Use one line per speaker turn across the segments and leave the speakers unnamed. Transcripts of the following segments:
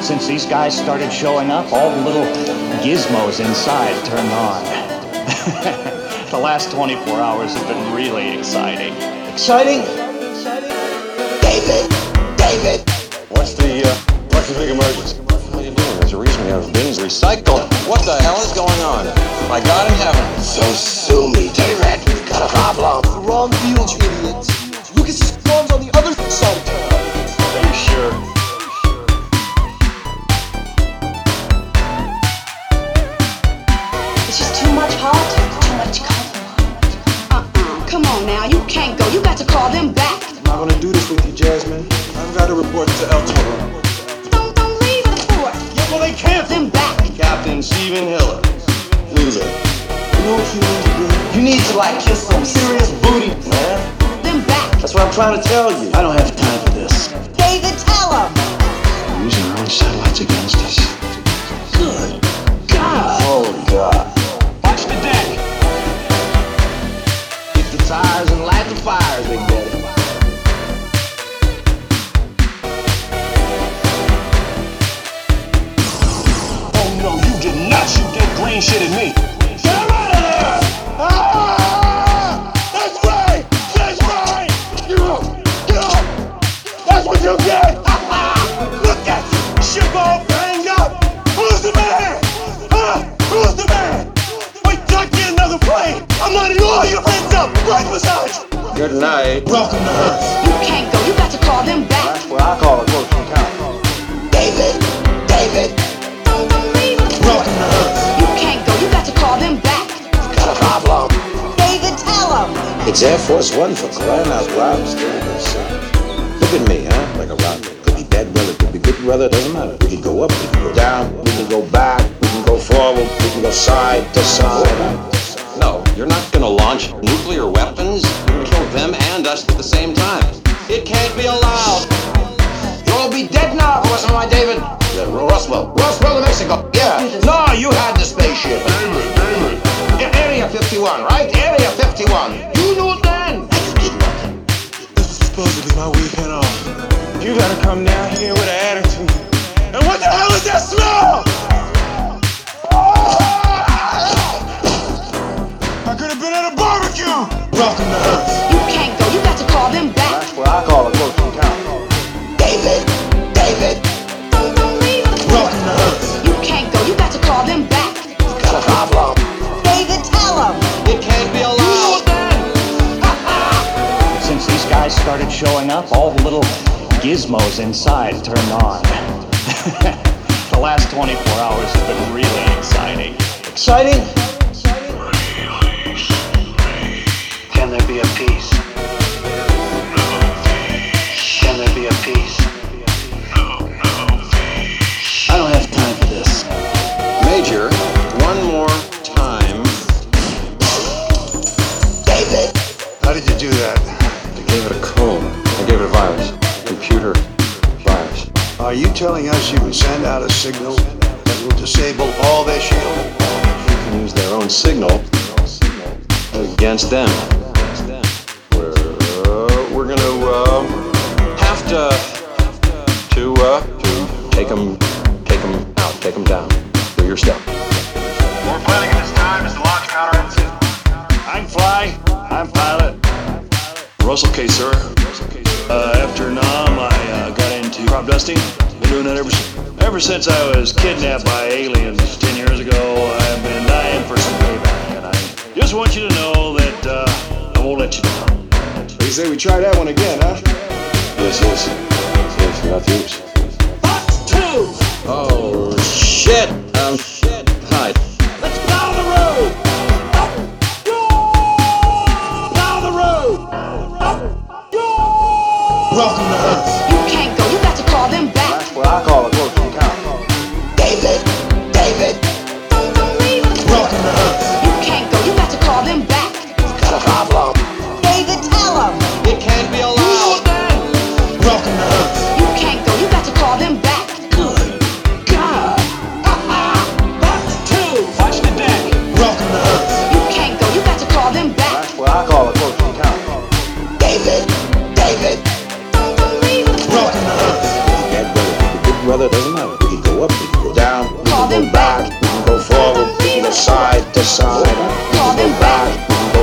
Since these guys started showing up, all the little gizmos inside turned on. the last 24 hours have been really exciting.
Exciting? David! David!
What's the, uh, what's the big emergency? What are you doing? There's a reason we have bins recycled. What the hell is going on? My God in heaven.
So sue me, David. We've got a problem.
Wrong field, you idiots. Lucas's farm's on the other side of town.
Are you sure?
It's just too much politics, too much compromise.
Uh-uh, come on now, you can't go. You got to call them back.
I'm not gonna do this with you, Jasmine. I've got to report to El Toro.
Don't, don't leave it for
Yeah, well, they can't.
Them back.
Captain Stephen Hiller. Loser.
You know what you need to
You need to, like, kiss some serious booty, man.
Them back.
That's what I'm trying to tell you. I don't have time for this.
David, tell him.
They're using our own satellites against us.
Good God. Holy God.
Watch the deck.
Kick the tires and light the fires, Big Daddy.
Oh no, you did not shoot that green shit at me. Get him out of there! Ah! That's right! That's right! Get up! Get up! That's what you get! Look at you! Ship all banged up! Who's the man? Huh? Who's the man? Wait till I get another plane! I'm not in all your hands up! Right beside you! Good night.
Welcome to Earth.
You can't go. You got to call them back.
Well, I call it close
David! David!
Don't, don't leave it
Welcome to Earth.
You can't go. You got to call them back.
Got a problem.
David, tell him.
It's Air Force One for crying out loud. Look at me, huh? Like a rocket. Could be bad brother, could be good brother, doesn't matter. We can go up, we can go down, we can go back, we can go forward, we can go side to side.
No, you're not gonna launch nuclear weapons. You're gonna kill them and us at the same time. It can't be allowed.
You'll all be dead now if it wasn't for my David. Yeah, Ro- Roswell. Roswell, New Mexico. Yeah. No, you had the spaceship. Yeah, Area 51, right? Area 51. You knew it then.
This is supposed to be my weekend off.
You gotta come down here with an attitude. And what the hell is that smell?
I could have been at a barbecue. Welcome to Earth.
You can't go. You got to call them back.
Well, I call it close encounter.
David. David.
Don't, don't leave it
Welcome to Earth.
You can't go. You got to call them back.
Got a problem.
David, tell him.
It can't be allowed.
Since these guys started showing up, all the little gizmos inside turned on. the last 24 hours have been really exciting.
Exciting.
Can there be a peace? Can there be a peace?
I don't have time for this.
Major, one more time.
David.
How did you do that? I gave it a cold. I gave it a virus. Computer virus.
Are you telling us you can send out a signal that will disable all their shield?
can use their own signal against them. We're, we're gonna uh, have to to uh, to take them take 'em out, take them down. Do your step.
We're planning at this time is to launch counterinsurgency.
I'm Fly. I'm pilot. Russell K, sir. Uh, after Nam, I uh, got into crop dusting. Been doing that ever since. Ever since I was kidnapped by aliens 10 years ago, I've been dying for some payback, and I just want you to know that uh, I won't let you down.
They say we try that one again, huh?
Yes, yes, yes. Not yours.
Box two.
Oh shit! Um, shit. Hi.
Let's plow the road! Up yours! Plow the road! Up yours! Welcome to Earth.
You can't go. You got to call them back.
Well, I call it close encounter.
David. David.
Don't, don't leave it
Welcome to Earth.
You can't go. You got to call them back.
Got a problem.
David, tell him.
It can't be allowed.
Welcome to Earth.
You can't go. You got to call them back. Uh-huh.
Good God. Box two.
Watch the deck.
Welcome to Earth.
You can't go. You got to call them back.
Well, I call it close encounter.
David. David.
Don't, don't leave it
Welcome to Earth.
Bad brother, could be good brother, doesn't matter. We can to side. We
Call
can
them
go back. We can go forward. We can go side to side. We
Call
can
them
go back. We can go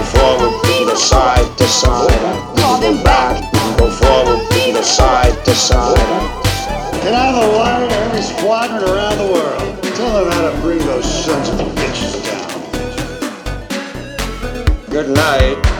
forward. We can go side to side.
Get out of the water to every squadron around the world. Tell them how to bring those sons of bitches down.
Good night.